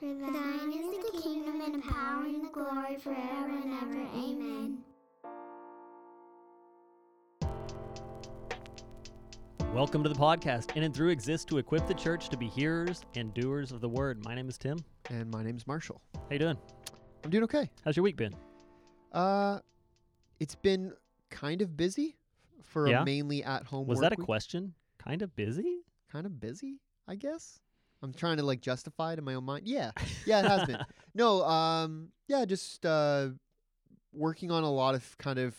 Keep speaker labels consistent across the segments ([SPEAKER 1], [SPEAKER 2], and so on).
[SPEAKER 1] For thine is the kingdom and the power and the glory forever and ever. Amen.
[SPEAKER 2] Welcome to the podcast. In and Through exists to equip the church to be hearers and doers of the word. My name is Tim.
[SPEAKER 3] and my name's Marshall.
[SPEAKER 2] How you doing?
[SPEAKER 3] I'm doing okay.
[SPEAKER 2] How's your week been?
[SPEAKER 3] Uh, it's been kind of busy for
[SPEAKER 2] Yeah?
[SPEAKER 3] a mainly at home.
[SPEAKER 2] Was that a question? Kind of busy?
[SPEAKER 3] Kind of busy, I guess. I'm trying to like justify it in my own mind. Yeah, yeah, it has been. No, um, yeah, just uh, working on a lot of kind of,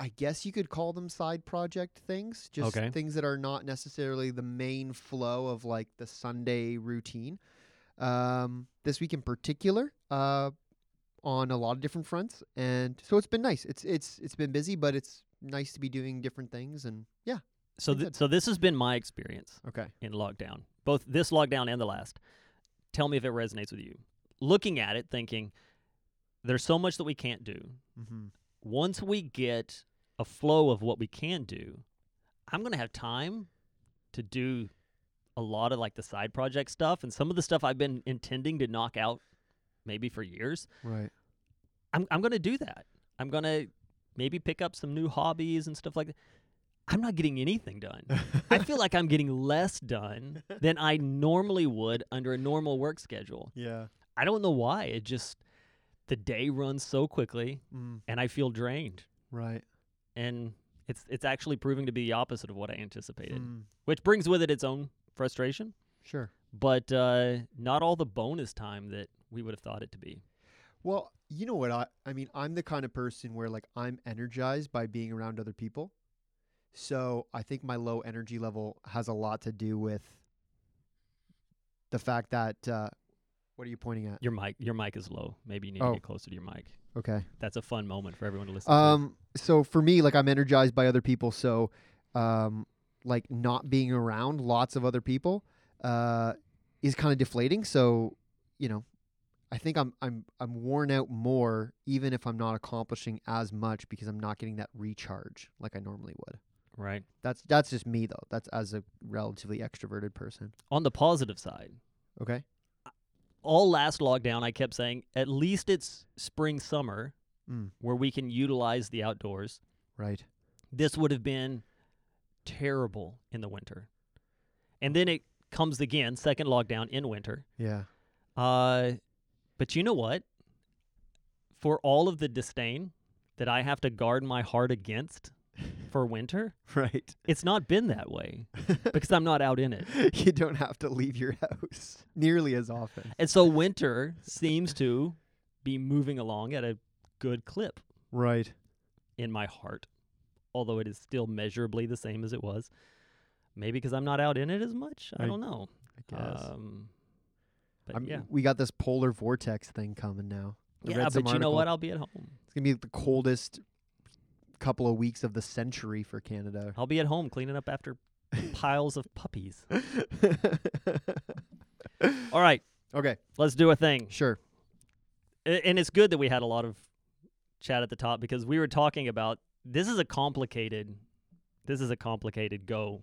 [SPEAKER 3] I guess you could call them side project things, just
[SPEAKER 2] Okay.
[SPEAKER 3] things that are not necessarily the main flow of like the Sunday routine. Um, this week in particular, uh, on a lot of different fronts, and so it's been nice. It's it's it's been busy, but it's nice to be doing different things, and yeah,
[SPEAKER 2] So,
[SPEAKER 3] Pretty
[SPEAKER 2] th-
[SPEAKER 3] good.
[SPEAKER 2] so this has been my experience
[SPEAKER 3] okay,
[SPEAKER 2] in lockdown, both this lockdown and the last. Tell me if it resonates with you. Looking at it, thinking there's so much that we can't do.
[SPEAKER 3] mm-hmm.
[SPEAKER 2] Once we get a flow of what we can do, I'm going to have time to do a lot of like the side project stuff and some of the stuff I've been intending to knock out maybe for years.
[SPEAKER 3] right,
[SPEAKER 2] I'm I'm gonna do that. I'm gonna maybe pick up some new hobbies and stuff like that. I'm not getting anything done. I feel like I'm getting less done than I normally would under a normal work schedule.
[SPEAKER 3] yeah,
[SPEAKER 2] I don't know why. It just the day runs so quickly
[SPEAKER 3] mm,
[SPEAKER 2] and I feel drained.
[SPEAKER 3] right,
[SPEAKER 2] And it's it's actually proving to be the opposite of what I anticipated.
[SPEAKER 3] Mm,
[SPEAKER 2] Which brings with it its own frustration,
[SPEAKER 3] sure.
[SPEAKER 2] but uh, not all the bonus time that we would have thought it to be.
[SPEAKER 3] Well, you know what I I mean, I'm the kind of person where like I'm energized by being around other people. So, I think my low energy level has a lot to do with the fact that uh what are you pointing at?
[SPEAKER 2] Your mic your mic is low. Maybe you need to
[SPEAKER 3] Oh.
[SPEAKER 2] get closer to your mic.
[SPEAKER 3] Okay.
[SPEAKER 2] That's a fun moment for everyone to listen to.
[SPEAKER 3] Um, so for me, like I'm energized by other people. So, um, like not being around lots of other people, uh, is kind of deflating. So, you know, I think I'm I'm I'm worn out more, even if I'm not accomplishing as much because I'm not getting that recharge like I normally would.
[SPEAKER 2] Right.
[SPEAKER 3] That's that's just me though. That's as a relatively extroverted person.
[SPEAKER 2] On the positive side,
[SPEAKER 3] Okay.
[SPEAKER 2] all last lockdown, I kept saying, at least it's spring, summer,
[SPEAKER 3] Mm.
[SPEAKER 2] where we can utilize the outdoors.
[SPEAKER 3] Right.
[SPEAKER 2] This would have been terrible in the winter. And then it comes again, second lockdown in winter.
[SPEAKER 3] Yeah.
[SPEAKER 2] Uh, but you know what? For all of the disdain that I have to guard my heart against for winter,
[SPEAKER 3] Right.
[SPEAKER 2] it's not been that way because I'm not out in it.
[SPEAKER 3] you don't have to leave your house nearly as often.
[SPEAKER 2] And so winter seems to be moving along at a good clip
[SPEAKER 3] Right.
[SPEAKER 2] in my heart, although it is still measurably the same as it was. Maybe because I'm not out in it as much. I,
[SPEAKER 3] I
[SPEAKER 2] don't know.
[SPEAKER 3] I guess.
[SPEAKER 2] Um, but
[SPEAKER 3] I'm,
[SPEAKER 2] yeah,
[SPEAKER 3] We got this polar vortex thing coming now. I
[SPEAKER 2] yeah.
[SPEAKER 3] read
[SPEAKER 2] But
[SPEAKER 3] some
[SPEAKER 2] you know
[SPEAKER 3] article.
[SPEAKER 2] what? I'll be at home.
[SPEAKER 3] It's gonna be the coldest couple of weeks of the century for Canada.
[SPEAKER 2] I'll be at home cleaning up after piles of puppies. All right,
[SPEAKER 3] okay,
[SPEAKER 2] let's do a thing.
[SPEAKER 3] sure.
[SPEAKER 2] A- and it's good that we had a lot of chat at the top because we were talking about this is a complicated this is a complicated go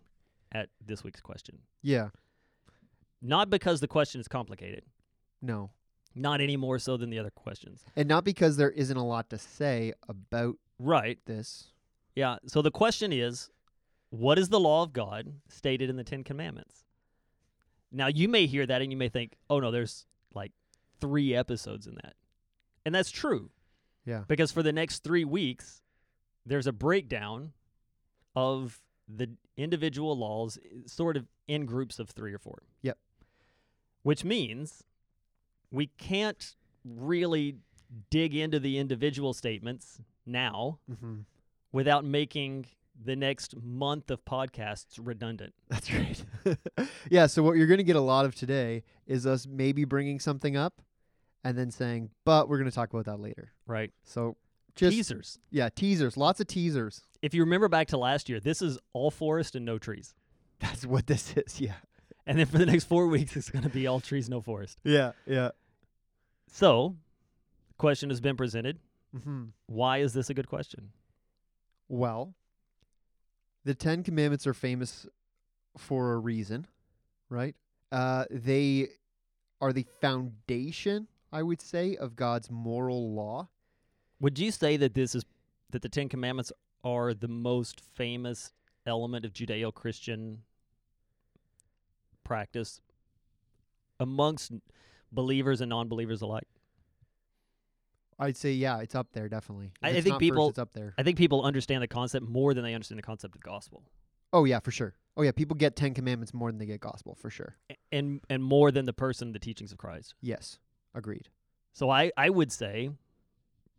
[SPEAKER 2] at this week's question
[SPEAKER 3] Yeah.
[SPEAKER 2] not because the question is complicated
[SPEAKER 3] No.
[SPEAKER 2] not any more so than the other questions
[SPEAKER 3] And not because there isn't a lot to say about
[SPEAKER 2] right
[SPEAKER 3] this.
[SPEAKER 2] yeah so the question is what is the law of god stated in the 10 commandments now you may hear that and you may think oh no there's like 3 episodes in that and that's true
[SPEAKER 3] Yeah.
[SPEAKER 2] because for the next three weeks, there's a breakdown of the individual laws, i- sort of in groups of three or four.
[SPEAKER 3] Yep.
[SPEAKER 2] Which means we can't really dig into the individual statements now
[SPEAKER 3] Mm-hmm.
[SPEAKER 2] without making the next month of podcasts redundant.
[SPEAKER 3] That's right. yeah. So what you're gonna get a lot of today is us maybe bringing something up, and then saying, "But we're gonna talk about that later."
[SPEAKER 2] Right.
[SPEAKER 3] So just
[SPEAKER 2] Teasers.
[SPEAKER 3] yeah, teasers. Lots of teasers.
[SPEAKER 2] If you remember back to last year, this is all forest and no trees.
[SPEAKER 3] That's what this is. Yeah.
[SPEAKER 2] And then for the next four weeks, it's going to be all trees, no forest.
[SPEAKER 3] Yeah. Yeah.
[SPEAKER 2] So, question has been presented.
[SPEAKER 3] Mm-hmm.
[SPEAKER 2] Why is this a good question?
[SPEAKER 3] Well, the Ten Commandments are famous for a reason, right? Uh, they are the foundation, I would say, of God's moral law.
[SPEAKER 2] Would you say that this is that the Ten Commandments are the most famous element of Judeo-Christian practice amongst n- believers and non-believers alike?
[SPEAKER 3] I'd say, yeah, it's up there definitely. If
[SPEAKER 2] I- I
[SPEAKER 3] it's
[SPEAKER 2] think
[SPEAKER 3] not
[SPEAKER 2] people-
[SPEAKER 3] first, it's up there.
[SPEAKER 2] I think people understand the concept more than they understand the concept of gospel,
[SPEAKER 3] Oh yeah, for sure. Oh yeah, people get Ten Commandments more than they get gospel for sure.
[SPEAKER 2] a- and and more than the person, the teachings of Christ.
[SPEAKER 3] Yes, agreed.
[SPEAKER 2] So I I would say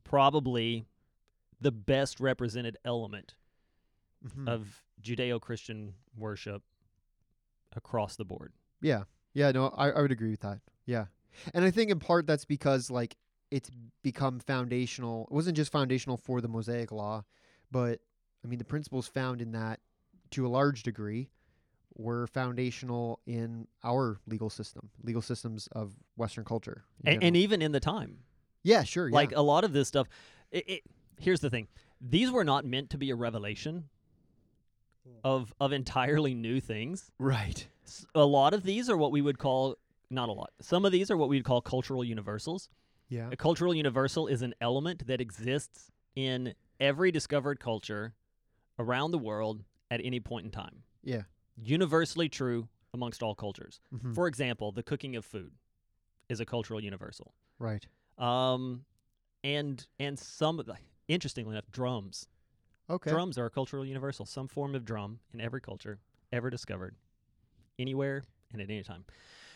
[SPEAKER 2] probably the best represented element
[SPEAKER 3] Mhm.
[SPEAKER 2] of Judeo-Christian worship across the board.
[SPEAKER 3] Yeah. Yeah, no, I, I would agree with that. Yeah. And I think in part that's because like it's become foundational. It wasn't just foundational for the Mosaic law, but I mean the principles found in that to a large degree were foundational in our legal system, legal systems of Western culture. in
[SPEAKER 2] And, and
[SPEAKER 3] general.
[SPEAKER 2] even in the time,
[SPEAKER 3] yeah, sure. yeah.
[SPEAKER 2] Like a lot of this stuff. It, it, here's the thing: these were not meant to be a revelation
[SPEAKER 3] Hmm.
[SPEAKER 2] of of entirely new things.
[SPEAKER 3] right.
[SPEAKER 2] S- A lot of these are what we would call not a lot. Some of these are what we'd call cultural universals.
[SPEAKER 3] Yeah.
[SPEAKER 2] A cultural universal is an element that exists in every discovered culture around the world at any point in time.
[SPEAKER 3] Yeah.
[SPEAKER 2] Universally true amongst all cultures.
[SPEAKER 3] Mhm.
[SPEAKER 2] For example, the cooking of food is a cultural universal.
[SPEAKER 3] Right.
[SPEAKER 2] Um, and and some of the- interestingly enough, drums.
[SPEAKER 3] Okay.
[SPEAKER 2] Drums are a cultural universal. Some form of drum in every culture ever discovered, anywhere and at any time.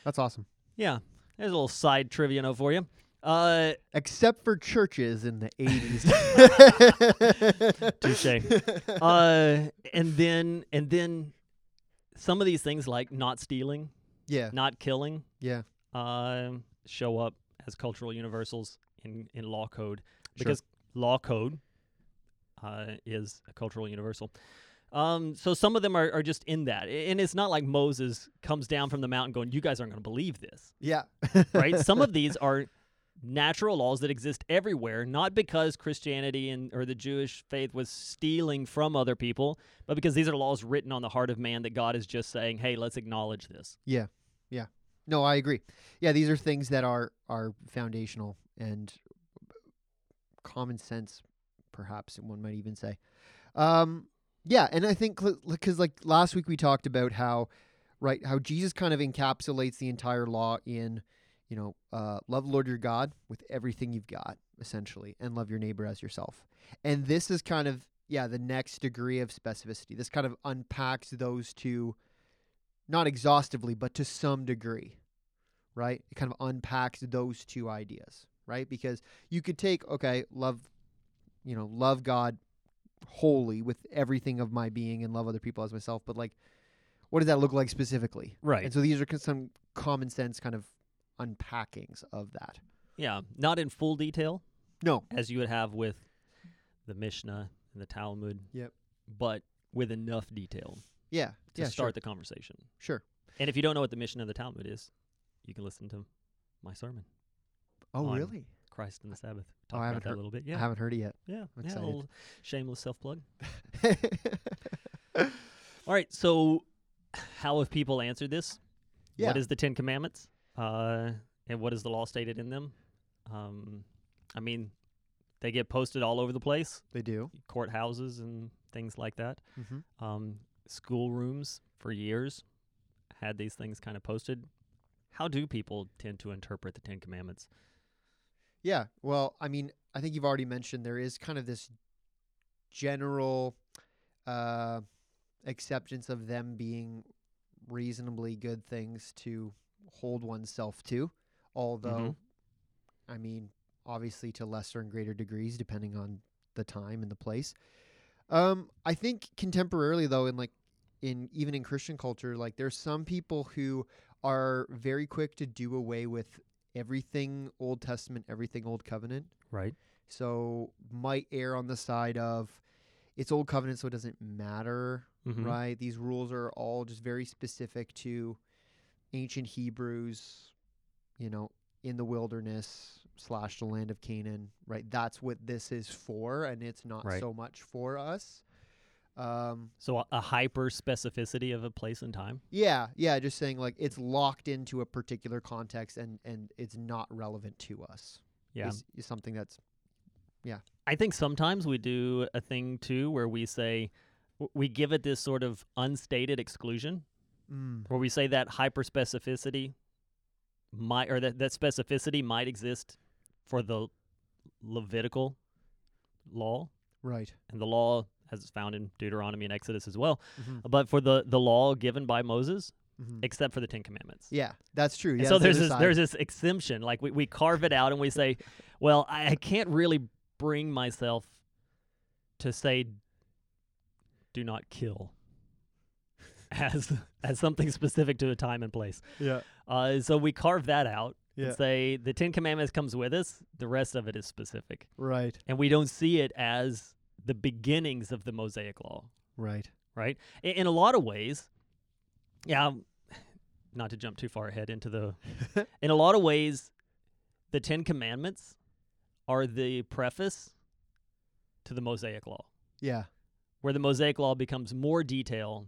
[SPEAKER 3] That's awesome.
[SPEAKER 2] Yeah, there's a little side trivia note for you. Uh,
[SPEAKER 3] Except for churches in the 80s.
[SPEAKER 2] Touche. uh, and then and then some of these things like not stealing,
[SPEAKER 3] yeah.
[SPEAKER 2] not killing,
[SPEAKER 3] Yeah.
[SPEAKER 2] um, show up as cultural universals in, in law code
[SPEAKER 3] Sure.
[SPEAKER 2] because law code uh, is a cultural universal. Um, so some of them are, are just in that. A- And it's not like Moses comes down from the mountain going, You guys aren't going to believe this,
[SPEAKER 3] Yeah.
[SPEAKER 2] right? some of these are natural laws that exist everywhere, not because Christianity and or the Jewish faith was stealing from other people, but because these are laws written on the heart of man that God is just saying, Hey, let's acknowledge this.
[SPEAKER 3] No, I agree. Yeah, these are things that are are foundational and common sense, perhaps one might even say. Um, yeah, and I think because like last week we talked about how right how Jesus kind of encapsulates the entire law in you know uh, love the Lord your God with everything you've got essentially, and love your neighbor as yourself. And this is kind of yeah the next degree of specificity. This kind of unpacks those two not exhaustively, but to some degree, right? It kind of unpacks those two ideas, right? Because you could take, okay, love, you know, love God wholly with everything of my being and love other people as myself, but like, what does that look like specifically?
[SPEAKER 2] Right.
[SPEAKER 3] And so these are con- some common sense kind of unpackings of that.
[SPEAKER 2] Yeah. Not in full detail,
[SPEAKER 3] No,
[SPEAKER 2] as you would have with the Mishnah and the Talmud.
[SPEAKER 3] Yep.
[SPEAKER 2] But with enough detail
[SPEAKER 3] yeah,
[SPEAKER 2] to
[SPEAKER 3] yeah,
[SPEAKER 2] start the conversation.
[SPEAKER 3] sure. sure.
[SPEAKER 2] And if you don't know what the Mishnah and the Talmud is, you can listen to my sermon,
[SPEAKER 3] Oh,
[SPEAKER 2] on-
[SPEAKER 3] really?
[SPEAKER 2] Christ and the Sabbath.
[SPEAKER 3] Oh, I
[SPEAKER 2] Talk about
[SPEAKER 3] haven't
[SPEAKER 2] that
[SPEAKER 3] heard-
[SPEAKER 2] a little bit.
[SPEAKER 3] I
[SPEAKER 2] Yeah.
[SPEAKER 3] haven't heard it yet.
[SPEAKER 2] Yeah. yeah. A
[SPEAKER 3] excited.
[SPEAKER 2] little shameless self plug. All right. So, how have people answered this?
[SPEAKER 3] yeah,
[SPEAKER 2] What is the Ten Commandments? Uh, and what is the law stated in them? Um, I mean, they get posted all over the place,
[SPEAKER 3] they do.
[SPEAKER 2] courthouses and things like that.
[SPEAKER 3] Mm-hmm.
[SPEAKER 2] um, schoolrooms for years had these things kind of posted. How do people tend to interpret the Ten Commandments?
[SPEAKER 3] Yeah. Well, I mean, I think you've already mentioned there is kind of this general uh, acceptance of them being reasonably good things to hold oneself to, although, I mean, obviously to lesser and greater degrees depending on the time and the place. Um, I think contemporarily though, in like in even in Christian culture, like there's some people who are very quick to do away with everything Old Testament, everything Old Covenant.
[SPEAKER 2] Right.
[SPEAKER 3] So might err on the side of it's Old Covenant, so it doesn't matter,
[SPEAKER 2] Mm-hmm.
[SPEAKER 3] right? These rules are all just very specific to ancient Hebrews, you know, in the wilderness slash the land of Canaan, right? That's what this is for, and it's not
[SPEAKER 2] Right.
[SPEAKER 3] so much for us. Um,
[SPEAKER 2] So a, a hyper specificity of a place and time.
[SPEAKER 3] yeah, yeah, just saying like it's locked into a particular context and and it's not relevant to us.
[SPEAKER 2] Yeah.
[SPEAKER 3] is, is something that's
[SPEAKER 2] I think sometimes we do a thing too where we say w- we give it this sort of unstated exclusion
[SPEAKER 3] mm,
[SPEAKER 2] where we say that hyper specificity might or that, that specificity might exist for the Levitical law
[SPEAKER 3] right.
[SPEAKER 2] and the law as it's found in Deuteronomy and Exodus as well,
[SPEAKER 3] Mhm.
[SPEAKER 2] but for the the law given by Moses
[SPEAKER 3] Mhm.
[SPEAKER 2] except for the 10 commandments.
[SPEAKER 3] Yeah, that's true.
[SPEAKER 2] mm-hmm. And
[SPEAKER 3] Yeah,
[SPEAKER 2] so
[SPEAKER 3] that's the
[SPEAKER 2] there's
[SPEAKER 3] other
[SPEAKER 2] this
[SPEAKER 3] side.
[SPEAKER 2] there's this exemption. Like we, we carve it out and we say, well, I, I can't really bring myself to say do not kill as as something specific to a time and place.
[SPEAKER 3] yeah,
[SPEAKER 2] Uh, so we carve that out
[SPEAKER 3] Yeah.
[SPEAKER 2] and say the Ten Commandments comes with us. The rest of it is specific,
[SPEAKER 3] right,
[SPEAKER 2] and we don't see it as the beginnings of the Mosaic Law
[SPEAKER 3] right.
[SPEAKER 2] right? In, in a lot of ways, yeah, I'm- not to jump too far ahead into the. in a lot of ways, the Ten Commandments are the preface to the Mosaic Law,
[SPEAKER 3] Yeah,
[SPEAKER 2] where the Mosaic Law becomes more detail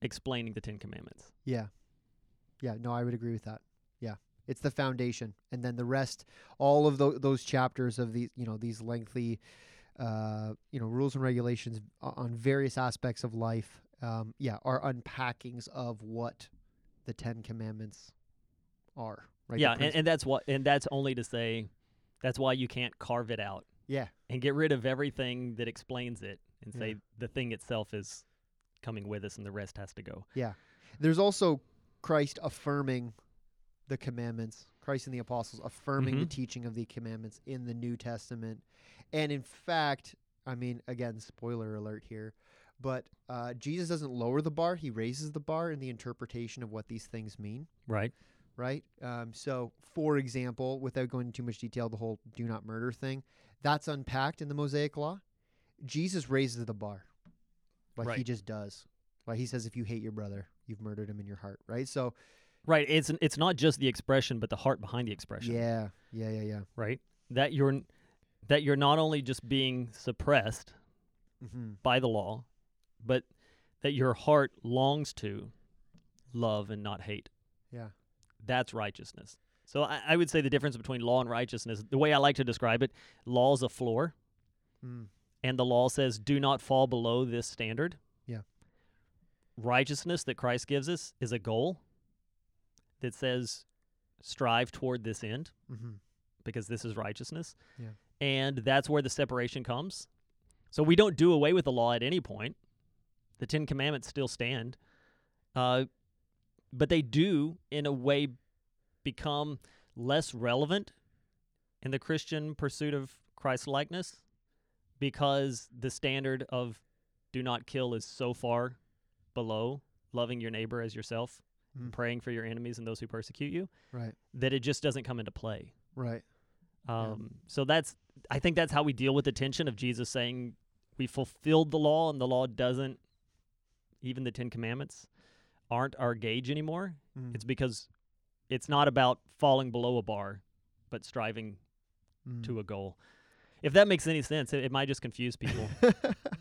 [SPEAKER 2] explaining the Ten Commandments.
[SPEAKER 3] yeah, yeah. No, I would agree with that. Yeah, it's the foundation, and then the rest, all of tho- those chapters of these, you know, these lengthy, uh, you know, rules and regulations o- on various aspects of life. Um, yeah, are unpackings of what the Ten Commandments are. Right. the
[SPEAKER 2] yeah, and,
[SPEAKER 3] princi-
[SPEAKER 2] and that's what, and that's only to say, that's why you can't carve it out
[SPEAKER 3] yeah,
[SPEAKER 2] and get rid of everything that explains it and
[SPEAKER 3] Yeah.
[SPEAKER 2] say the thing itself is coming with us and the rest has to go.
[SPEAKER 3] There's also Christ affirming the commandments, Christ and the apostles affirming the
[SPEAKER 2] Mhm.
[SPEAKER 3] teaching of the commandments in the New Testament. And in fact, I mean, again, spoiler alert here, but uh, Jesus doesn't lower the bar, he raises the bar in the interpretation of what these things mean,
[SPEAKER 2] Right.
[SPEAKER 3] right? Um, so, for example, without going into too much detail, the whole do not murder thing, that's unpacked in the Mosaic Law. Jesus raises the bar. Like he
[SPEAKER 2] Right.
[SPEAKER 3] just does. Like he says, if you hate your brother, you've murdered him in your heart, right? So,
[SPEAKER 2] Right. It's it's not just the expression, but the heart behind the expression.
[SPEAKER 3] Yeah, yeah, yeah, yeah.
[SPEAKER 2] Right. That you're n- that you're not only just being suppressed
[SPEAKER 3] Mm-hmm.
[SPEAKER 2] by the law, but that your heart longs to love and not hate.
[SPEAKER 3] Yeah.
[SPEAKER 2] That's righteousness. So I, I would say the difference between law and righteousness, the way I like to describe it, law's a floor,
[SPEAKER 3] Mm.
[SPEAKER 2] and the law says do not fall below this standard.
[SPEAKER 3] Yeah.
[SPEAKER 2] Righteousness that Christ gives us is a goal that says strive toward this end.
[SPEAKER 3] Mm-hmm.
[SPEAKER 2] because this is righteousness.
[SPEAKER 3] Yeah.
[SPEAKER 2] And that's where the separation comes. So we don't do away with the law at any point. The Ten Commandments still stand. Uh, but they do, in a way, become less relevant in the Christian pursuit of Christ likeness because the standard of do not kill is so far below loving your neighbor as yourself, and
[SPEAKER 3] Mm.
[SPEAKER 2] praying for your enemies and those who persecute you,
[SPEAKER 3] Right,
[SPEAKER 2] that it just doesn't come into play.
[SPEAKER 3] right. Yeah.
[SPEAKER 2] Um, So that's I think that's how we deal with the tension of Jesus saying we fulfilled the law and the law doesn't even the Ten Commandments aren't our gauge anymore.
[SPEAKER 3] Mm.
[SPEAKER 2] It's because it's not about falling below a bar, but striving
[SPEAKER 3] Mm.
[SPEAKER 2] to a goal. If that makes any sense, it, it might just confuse people.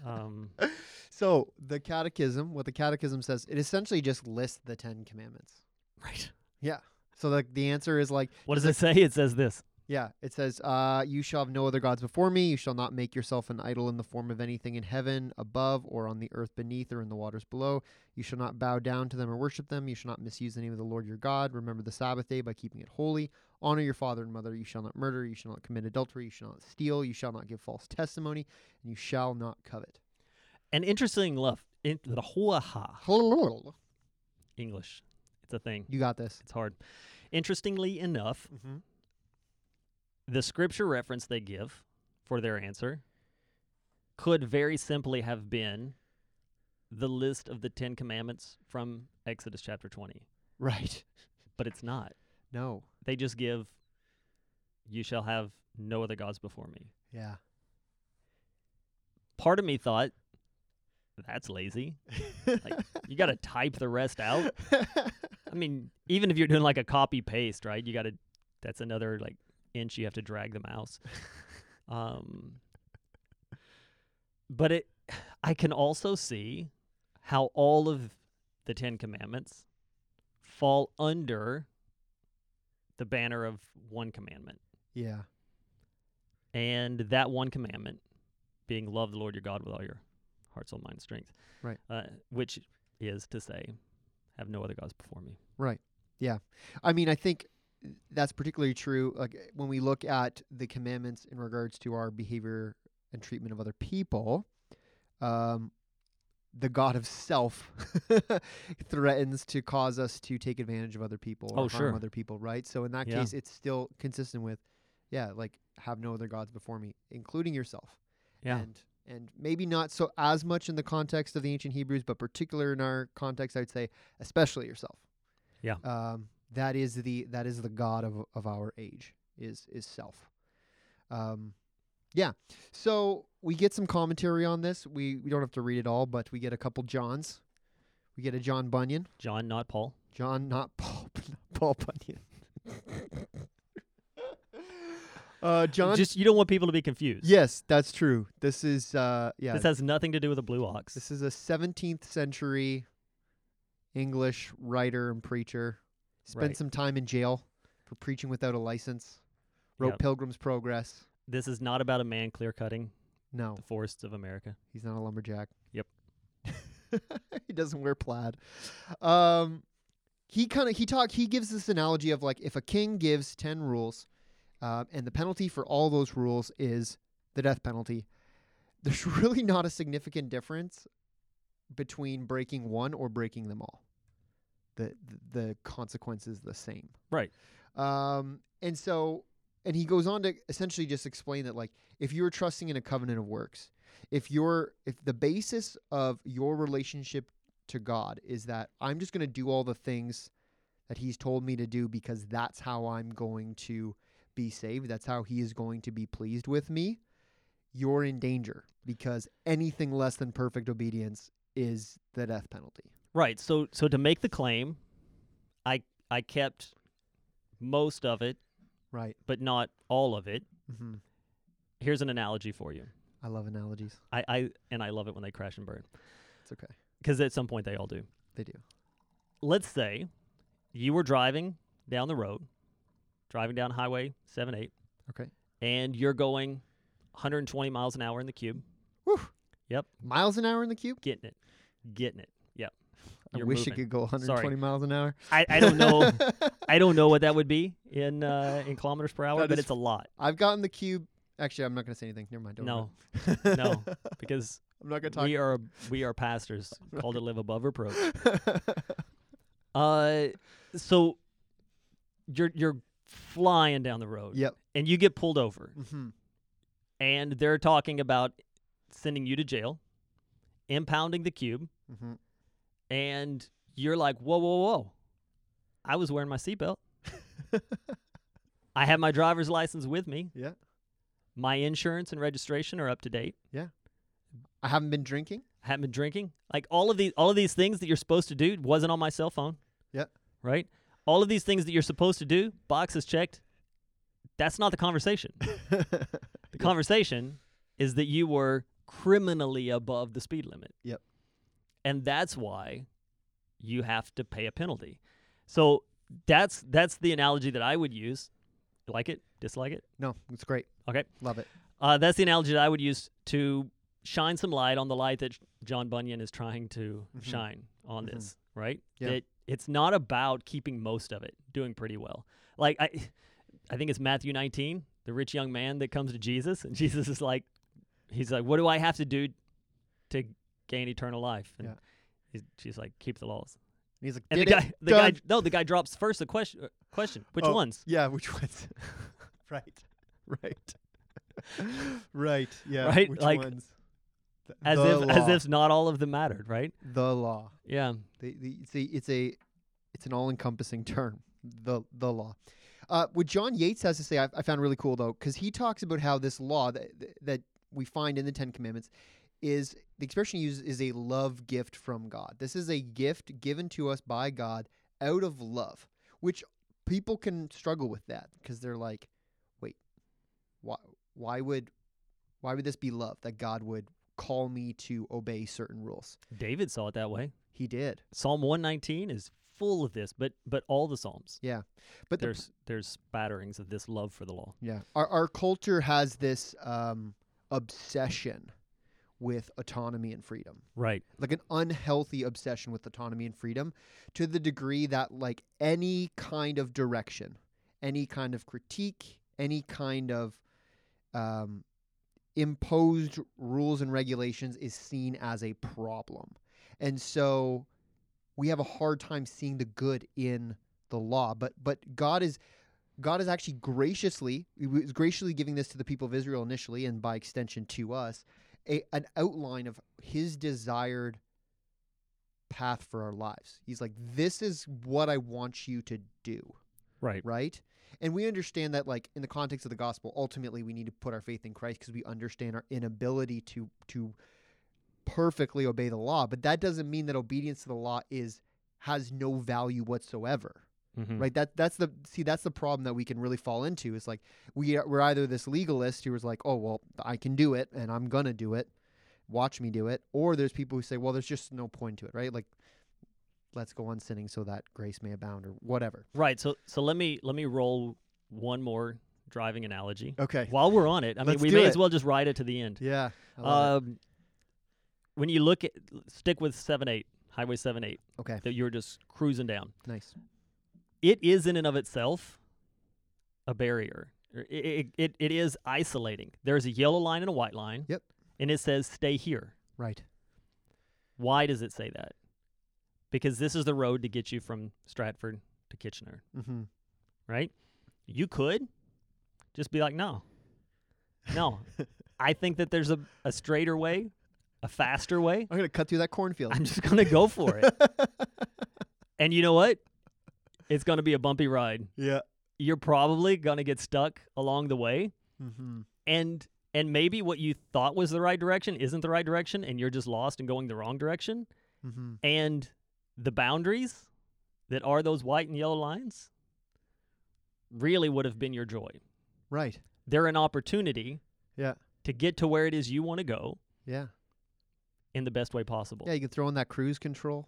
[SPEAKER 2] um,
[SPEAKER 3] so the catechism, what the catechism says, it essentially just lists the Ten Commandments.
[SPEAKER 2] right.
[SPEAKER 3] Yeah. So like the answer is like
[SPEAKER 2] What does it say? It says this.
[SPEAKER 3] Yeah, it says, uh, You shall have no other gods before me. You shall not make yourself an idol in the form of anything in heaven above, or on the earth beneath, or in the waters below. You shall not bow down to them or worship them. You shall not misuse the name of the Lord your God. Remember the Sabbath day by keeping it holy. Honor your father and mother. You shall not murder. You shall not commit adultery. You shall not steal. You shall not give false testimony. And you shall not covet.
[SPEAKER 2] An interesting love in the ha
[SPEAKER 3] You
[SPEAKER 2] English. It's a thing.
[SPEAKER 3] got this.
[SPEAKER 2] It's hard. Interestingly enough,
[SPEAKER 3] Mm-hmm.
[SPEAKER 2] the scripture reference they give for their answer could very simply have been the list of the Ten Commandments from Exodus chapter 20,
[SPEAKER 3] Right.
[SPEAKER 2] but it's not.
[SPEAKER 3] No.
[SPEAKER 2] They just give, You shall have no other gods before me.
[SPEAKER 3] Yeah.
[SPEAKER 2] Part of me thought, That's lazy. Like, you got to type the rest out. I mean, even if you're doing like a copy paste, right? You got to, that's another like inch you have to drag the mouse. Um, but it, I can also see how all of the Ten Commandments fall under the banner of one commandment.
[SPEAKER 3] Yeah.
[SPEAKER 2] And that one commandment being love the Lord your God with all your heart, soul, mind, strength.
[SPEAKER 3] Right.
[SPEAKER 2] Uh, which is to say, have no other gods before me.
[SPEAKER 3] I mean, I think that's particularly true like when we look at the commandments in regards to our behavior and treatment of other people. Um, the God of self threatens to cause us to take advantage of other people or
[SPEAKER 2] Oh,
[SPEAKER 3] harm
[SPEAKER 2] sure.
[SPEAKER 3] other people, right? So in that
[SPEAKER 2] Yeah.
[SPEAKER 3] case, it's still consistent with, yeah, like have no other gods before me, including yourself
[SPEAKER 2] Yeah.
[SPEAKER 3] and and maybe not so as much in the context of the ancient Hebrews, but particular in our context, I would say especially yourself.
[SPEAKER 2] Yeah.
[SPEAKER 3] Um, that is the that is the god of of our age is is self. Um, yeah. So we get some commentary on this. We we don't have to read it all, but we get a couple Johns. We get a John Bunyan.
[SPEAKER 2] John, not Paul.
[SPEAKER 3] John, not Paul, Paul Bunyan. uh, John.
[SPEAKER 2] Just you don't want people to be confused.
[SPEAKER 3] yes, that's true. This is uh, yeah.
[SPEAKER 2] This has nothing to do with the blue ox.
[SPEAKER 3] This is a 17th century English writer and preacher. Spent
[SPEAKER 2] Right.
[SPEAKER 3] some time in jail for preaching without a license. Wrote
[SPEAKER 2] Yep.
[SPEAKER 3] Pilgrim's Progress.
[SPEAKER 2] This is not about a man clear cutting
[SPEAKER 3] No,
[SPEAKER 2] the forests of America.
[SPEAKER 3] he's not a lumberjack.
[SPEAKER 2] Yep.
[SPEAKER 3] he doesn't wear plaid. Um, he kind of he talk he gives this analogy of like if a king gives 10 rules uh, and the penalty for all those rules is the death penalty there's really not a significant difference between breaking one or breaking them all the the, the consequence is the same
[SPEAKER 2] Right.
[SPEAKER 3] um and so and he goes on to essentially just explain that like if you're trusting in a covenant of works if you're if the basis of your relationship to god is that i'm just going to do all the things that he's told me to do because that's how i'm going to be saved that's how he is going to be pleased with me you're in danger because anything less than perfect obedience is the death penalty
[SPEAKER 2] Right. So so to make the claim, I I kept most of it,
[SPEAKER 3] right
[SPEAKER 2] but not all of it.
[SPEAKER 3] mm-hmm.
[SPEAKER 2] Here's an analogy for you.
[SPEAKER 3] i love analogies
[SPEAKER 2] I, I and I love it when they crash and burn
[SPEAKER 3] it's okay
[SPEAKER 2] because at some point they all do.
[SPEAKER 3] they do
[SPEAKER 2] Let's say you were driving down the road, driving down Highway 78,
[SPEAKER 3] okay
[SPEAKER 2] and you're going 120 miles an hour in the cube,
[SPEAKER 3] Whew.
[SPEAKER 2] Yep.
[SPEAKER 3] miles an hour in the cube
[SPEAKER 2] getting it, getting it. Yep.
[SPEAKER 3] I
[SPEAKER 2] You're
[SPEAKER 3] wish
[SPEAKER 2] moving.
[SPEAKER 3] it could go 120 miles an hour.
[SPEAKER 2] I, I don't know. I don't know what that would be in uh, in kilometers per hour,
[SPEAKER 3] That
[SPEAKER 2] but
[SPEAKER 3] is
[SPEAKER 2] it's a lot.
[SPEAKER 3] I've gotten the cube. Actually, I'm not going to say anything. Never mind. Don't worry.
[SPEAKER 2] No, no, because
[SPEAKER 3] I'm not going to talk.
[SPEAKER 2] we are we are pastors called to live above reproach. Uh, so you're you're flying down the road,
[SPEAKER 3] yep.
[SPEAKER 2] and you get pulled over,
[SPEAKER 3] Mm-hmm.
[SPEAKER 2] and they're talking about sending you to jail, impounding the cube,
[SPEAKER 3] Mm-hmm.
[SPEAKER 2] and you're like, whoa, whoa, whoa! I was wearing my seatbelt.
[SPEAKER 3] mm-hmm.
[SPEAKER 2] I have my driver's license with me.
[SPEAKER 3] Yeah.
[SPEAKER 2] My insurance and registration are up to date.
[SPEAKER 3] I haven't been drinking.
[SPEAKER 2] I haven't been drinking. Like all of these all of these things that you're supposed to do wasn't on my cell phone.
[SPEAKER 3] Yeah.
[SPEAKER 2] Right? All of these things that you're supposed to do, box is checked. That's not the conversation. The conversation is that you were criminally above the speed limit.
[SPEAKER 3] Yep.
[SPEAKER 2] And that's why you have to pay a penalty. So that's that's the analogy that I would use. Like it, dislike it.
[SPEAKER 3] no, it's great.
[SPEAKER 2] Okay.
[SPEAKER 3] Love it.
[SPEAKER 2] Uh, that's the analogy that I would use to shine some light on the light that John Bunyan is trying to
[SPEAKER 3] Mhm.
[SPEAKER 2] shine on
[SPEAKER 3] Mhm.
[SPEAKER 2] this, right?
[SPEAKER 3] Yeah.
[SPEAKER 2] That it's not about keeping most of it, doing pretty well. Like I, I think it's Matthew 19, the rich young man that comes to Jesus, and Jesus is like, he's like, what do I have to do to gain eternal life? And
[SPEAKER 3] Yeah.
[SPEAKER 2] he's, she's like, keep the laws.
[SPEAKER 3] And he's like,
[SPEAKER 2] And
[SPEAKER 3] Did
[SPEAKER 2] the
[SPEAKER 3] it.
[SPEAKER 2] guy, the
[SPEAKER 3] Done.
[SPEAKER 2] guy, no, the guy drops first a question. uh, Question: Which
[SPEAKER 3] Oh.
[SPEAKER 2] ones?
[SPEAKER 3] Yeah, which ones? right. Right. right. Yeah.
[SPEAKER 2] Right,
[SPEAKER 3] Which
[SPEAKER 2] like,
[SPEAKER 3] ones? Th-
[SPEAKER 2] As
[SPEAKER 3] the
[SPEAKER 2] if,
[SPEAKER 3] law.
[SPEAKER 2] as if not all of them mattered, right?
[SPEAKER 3] the law.
[SPEAKER 2] Yeah.
[SPEAKER 3] The, the, it's, a, it's a it's an all encompassing term. The the law. Uh, what John Yates has to say, I, I found really cool though, because he talks about how this law that that we find in the Ten Commandments is the expression he uses is a love gift from God. This is a gift given to us by God out of love, which people can struggle with that because they're like, wait, why why would why would this be love that God would call me to obey certain rules.
[SPEAKER 2] David saw it that way.
[SPEAKER 3] He did.
[SPEAKER 2] Psalm 119 is full of this, but but all the psalms.
[SPEAKER 3] Yeah. But the,
[SPEAKER 2] There's there's spatterings of this love for the law.
[SPEAKER 3] Yeah. Our, our culture has this um, obsession with autonomy and freedom,
[SPEAKER 2] Right.
[SPEAKER 3] like an unhealthy obsession with autonomy and freedom to the degree that, like, any kind of direction, any kind of critique, any kind of um, imposed rules and regulations is seen as a problem. And so we have a hard time seeing the good in the law, but but God is God is actually graciously he was graciously giving this to the people of Israel initially, and by extension to us, a, an outline of His desired path for our lives. He's like, "This is what I want you to do."
[SPEAKER 2] Right.
[SPEAKER 3] right? And we understand that, like in the context of the gospel, ultimately we need to put our faith in Christ because we understand our inability to to perfectly obey the law. But that doesn't mean that obedience to the law is has no value whatsoever,
[SPEAKER 2] Mhm.
[SPEAKER 3] right? That that's the see that's the problem that we can really fall into. Is like we are- we're either this legalist who is like, oh well, I can do it and I'm gonna do it, watch me do it, or there's people who say, well, there's just no point to it, right? Like. Let's go on sinning so that grace may abound, or whatever.
[SPEAKER 2] Right. So so let me let me roll one more driving analogy.
[SPEAKER 3] Okay.
[SPEAKER 2] While we're on it, I mean,
[SPEAKER 3] Let's
[SPEAKER 2] we
[SPEAKER 3] do
[SPEAKER 2] may
[SPEAKER 3] it.
[SPEAKER 2] as well just ride it to the end.
[SPEAKER 3] Yeah. I love it.
[SPEAKER 2] Um, when you look at stick with seven eight highway seven eight
[SPEAKER 3] Okay,
[SPEAKER 2] that you're just cruising down,
[SPEAKER 3] nice.
[SPEAKER 2] it is in and of itself a barrier. Er, It, it, it, it is isolating. There's a yellow line and a white line.
[SPEAKER 3] Yep.
[SPEAKER 2] And it says stay here.
[SPEAKER 3] Right.
[SPEAKER 2] Why does it say that? Because this is the road to get you from Stratford to Kitchener,
[SPEAKER 3] Mm-hmm.
[SPEAKER 2] right? You could just be like, no, no. I think that there's a, a straighter way, a faster way.
[SPEAKER 3] I'm gonna cut through that cornfield.
[SPEAKER 2] I'm just going to go for it. and you know what? It's going to be a bumpy ride.
[SPEAKER 3] yeah.
[SPEAKER 2] You're probably going to get stuck along the way.
[SPEAKER 3] Mm-hmm.
[SPEAKER 2] And and maybe what you thought was the right direction isn't the right direction and you're just lost and going the wrong direction.
[SPEAKER 3] Mm-hmm.
[SPEAKER 2] and the boundaries that are those white and yellow lines really would have been your joy.
[SPEAKER 3] Right.
[SPEAKER 2] They're an opportunity
[SPEAKER 3] Yeah.
[SPEAKER 2] to get to where it is you want to go
[SPEAKER 3] Yeah.
[SPEAKER 2] in the best way possible.
[SPEAKER 3] Yeah. You can throw in that cruise control.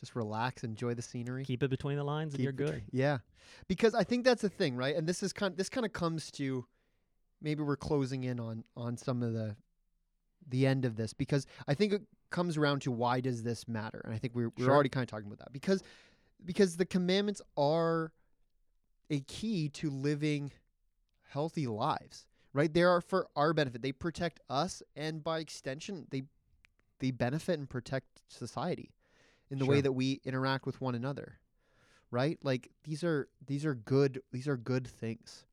[SPEAKER 3] Just relax, enjoy the scenery.
[SPEAKER 2] Keep it between the lines and
[SPEAKER 3] Keep
[SPEAKER 2] you're
[SPEAKER 3] the tr-
[SPEAKER 2] good.
[SPEAKER 3] Yeah, because I think that's the thing, right? And this is kind. This kind of comes to maybe we're closing in on on some of the the end of this because I think it comes around to why does this matter? And I think we're we're
[SPEAKER 2] Sure.
[SPEAKER 3] already kind of talking about that because because the commandments are a key to living healthy lives, right? They are for our benefit. They protect us, and by extension, they they benefit and protect society in the way
[SPEAKER 2] Sure.
[SPEAKER 3] that we interact with one another right? Like these are these are good these are good things,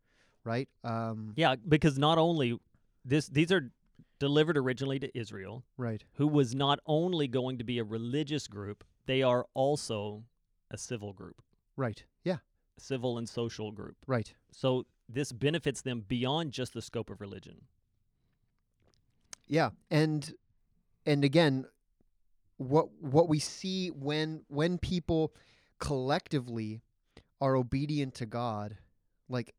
[SPEAKER 3] right? Um,
[SPEAKER 2] Yeah, because not only this these are delivered originally to Israel,
[SPEAKER 3] Right.
[SPEAKER 2] who was not only going to be a religious group, they are also a civil group,
[SPEAKER 3] Right. Yeah.
[SPEAKER 2] civil and social group.
[SPEAKER 3] Right.
[SPEAKER 2] So this benefits them beyond just the scope of religion.
[SPEAKER 3] Yeah. And and again, what what we see when when people collectively are obedient to God, like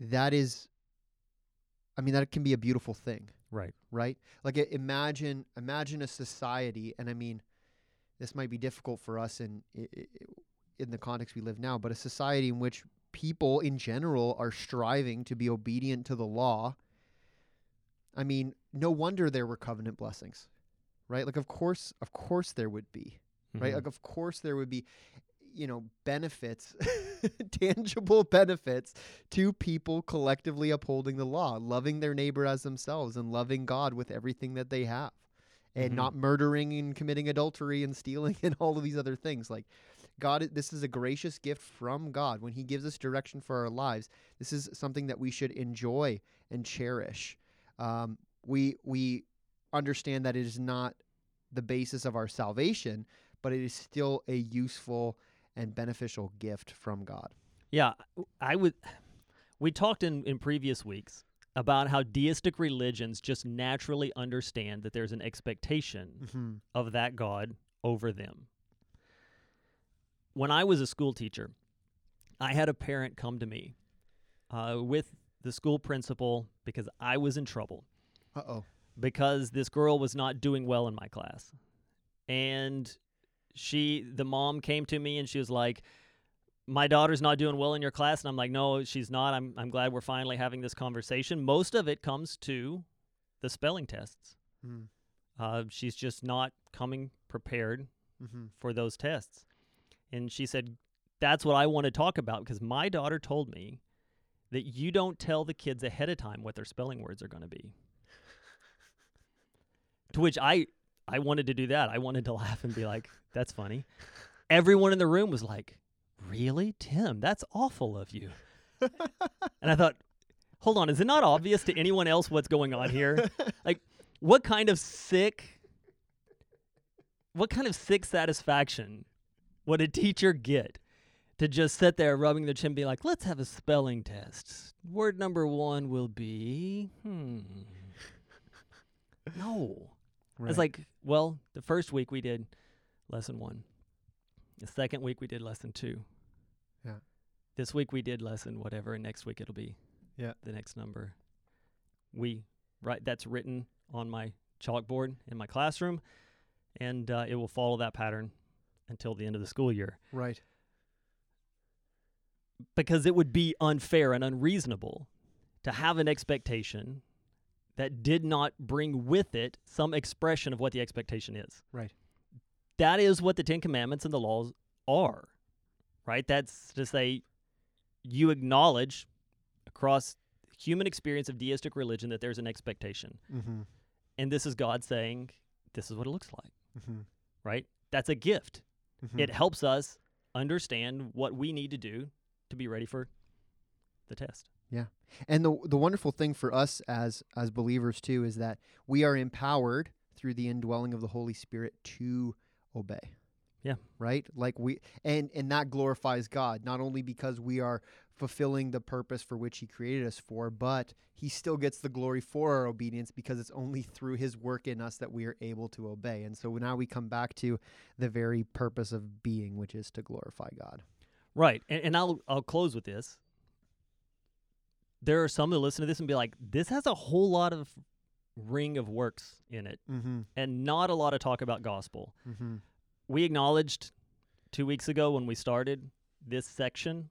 [SPEAKER 3] that is, I mean, that can be a beautiful thing.
[SPEAKER 2] Right.
[SPEAKER 3] right? Like i- imagine imagine a society, and I mean, this might be difficult for us in i- i- in the context we live now, but a society in which people in general are striving to be obedient to the law. I mean, no wonder there were covenant blessings, right? Like, of course, of course, there would be,
[SPEAKER 2] Mm-hmm.
[SPEAKER 3] right? Like, of course, there would be, you know, benefits, tangible benefits to people collectively upholding the law, loving their neighbor as themselves, and loving God with everything that they have, and
[SPEAKER 2] Mhm.
[SPEAKER 3] not murdering and committing adultery and stealing and all of these other things. Like, God, i- this is a gracious gift from God. When He gives us direction for our lives, this is something that we should enjoy and cherish. Um, we we understand that it is not the basis of our salvation, but it is still a useful and beneficial gift from God.
[SPEAKER 2] Yeah, I would. We talked in, in previous weeks about how deistic religions just naturally understand that there's an expectation
[SPEAKER 3] Mm-hmm.
[SPEAKER 2] of that God over them. When I was a school teacher, I had a parent come to me uh, with the school principal because I was in trouble.
[SPEAKER 3] Uh oh.
[SPEAKER 2] because this girl was not doing well in my class. And she the mom came to me and she was like my daughter's not doing well in your class and I'm like no she's not I'm I'm glad we're finally having this conversation. Most of it comes to the spelling tests.
[SPEAKER 3] Mm.
[SPEAKER 2] Uh, she's just not coming prepared
[SPEAKER 3] Mm-hmm.
[SPEAKER 2] for those tests. And she said, That's what I want to talk about because my daughter told me that you don't tell the kids ahead of time what their spelling words are going to be. to which I, I wanted to do that. I wanted to laugh and be like, That's funny. Everyone in the room was like, Really, Tim? That's awful of you. and I thought, Hold on, is it not obvious to anyone else what's going on here? Like, what kind of sick what kind of sick satisfaction would a teacher get to just sit there rubbing their chin, be like, "Let's have a spelling test. Word number one will be hmm." No,
[SPEAKER 3] Right.
[SPEAKER 2] it's like, well, the first week we did lesson one. The second week we did lesson two.
[SPEAKER 3] Yeah.
[SPEAKER 2] This week we did lesson whatever, and next week it'll be
[SPEAKER 3] Yeah.
[SPEAKER 2] the next number. We right that's written on my chalkboard in my classroom, and uh, it will follow that pattern until the end of the school year
[SPEAKER 3] right.
[SPEAKER 2] because it would be unfair and unreasonable to have an expectation that did not bring with it some expression of what the expectation is.
[SPEAKER 3] Right.
[SPEAKER 2] That is what the Ten Commandments and the laws are, right? That's to say, you acknowledge across human experience of deistic religion that there's an expectation.
[SPEAKER 3] Mm-hmm.
[SPEAKER 2] And this is God saying, this is what it looks like,
[SPEAKER 3] Mm-hmm.
[SPEAKER 2] right? That's a gift.
[SPEAKER 3] Mm-hmm.
[SPEAKER 2] It helps us understand what we need to do to be ready for the test.
[SPEAKER 3] And the the wonderful thing for us as as believers too is that we are empowered through the indwelling of the Holy Spirit to obey.
[SPEAKER 2] Yeah.
[SPEAKER 3] Right? Like we and and that glorifies God not only because we are fulfilling the purpose for which he created us for, but he still gets the glory for our obedience because it's only through his work in us that we are able to obey. And so now we come back to the very purpose of being, which is to glorify God.
[SPEAKER 2] Right. And, and I'll I'll close with this. There are some that listen to this and be like, this has a whole lot of ring of works in it
[SPEAKER 3] Mm-hmm.
[SPEAKER 2] and not a lot of talk about gospel.
[SPEAKER 3] Mm-hmm.
[SPEAKER 2] We acknowledged two weeks ago when we started this section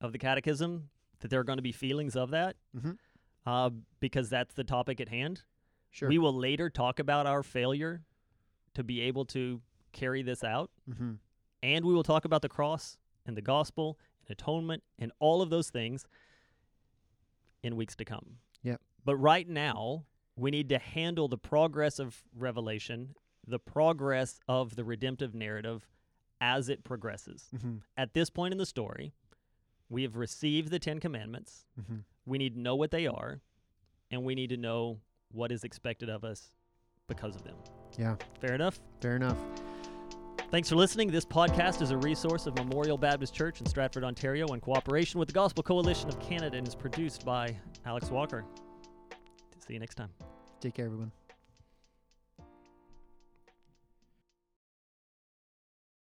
[SPEAKER 2] of the catechism that there are going to be feelings of that
[SPEAKER 3] Mhm.
[SPEAKER 2] uh, because that's the topic at hand.
[SPEAKER 3] Sure.
[SPEAKER 2] We will later talk about our failure to be able to carry this out.
[SPEAKER 3] mm-hmm.
[SPEAKER 2] and we will talk about the cross and the gospel and atonement and all of those things in weeks to come.
[SPEAKER 3] Yep.
[SPEAKER 2] But right now, we need to handle the progress of revelation, the progress of the redemptive narrative as it progresses.
[SPEAKER 3] Mm-hmm.
[SPEAKER 2] At this point in the story, we have received the 10 commandments.
[SPEAKER 3] Mm-hmm.
[SPEAKER 2] We need to know what they are and we need to know what is expected of us because of them.
[SPEAKER 3] Yeah.
[SPEAKER 2] Fair enough?
[SPEAKER 3] Fair enough.
[SPEAKER 2] Thanks for listening. This podcast is a resource of Memorial Baptist Church in Stratford, Ontario, in cooperation with the Gospel Coalition of Canada and is produced by Alex Walker. See you next time.
[SPEAKER 3] Take care, everyone.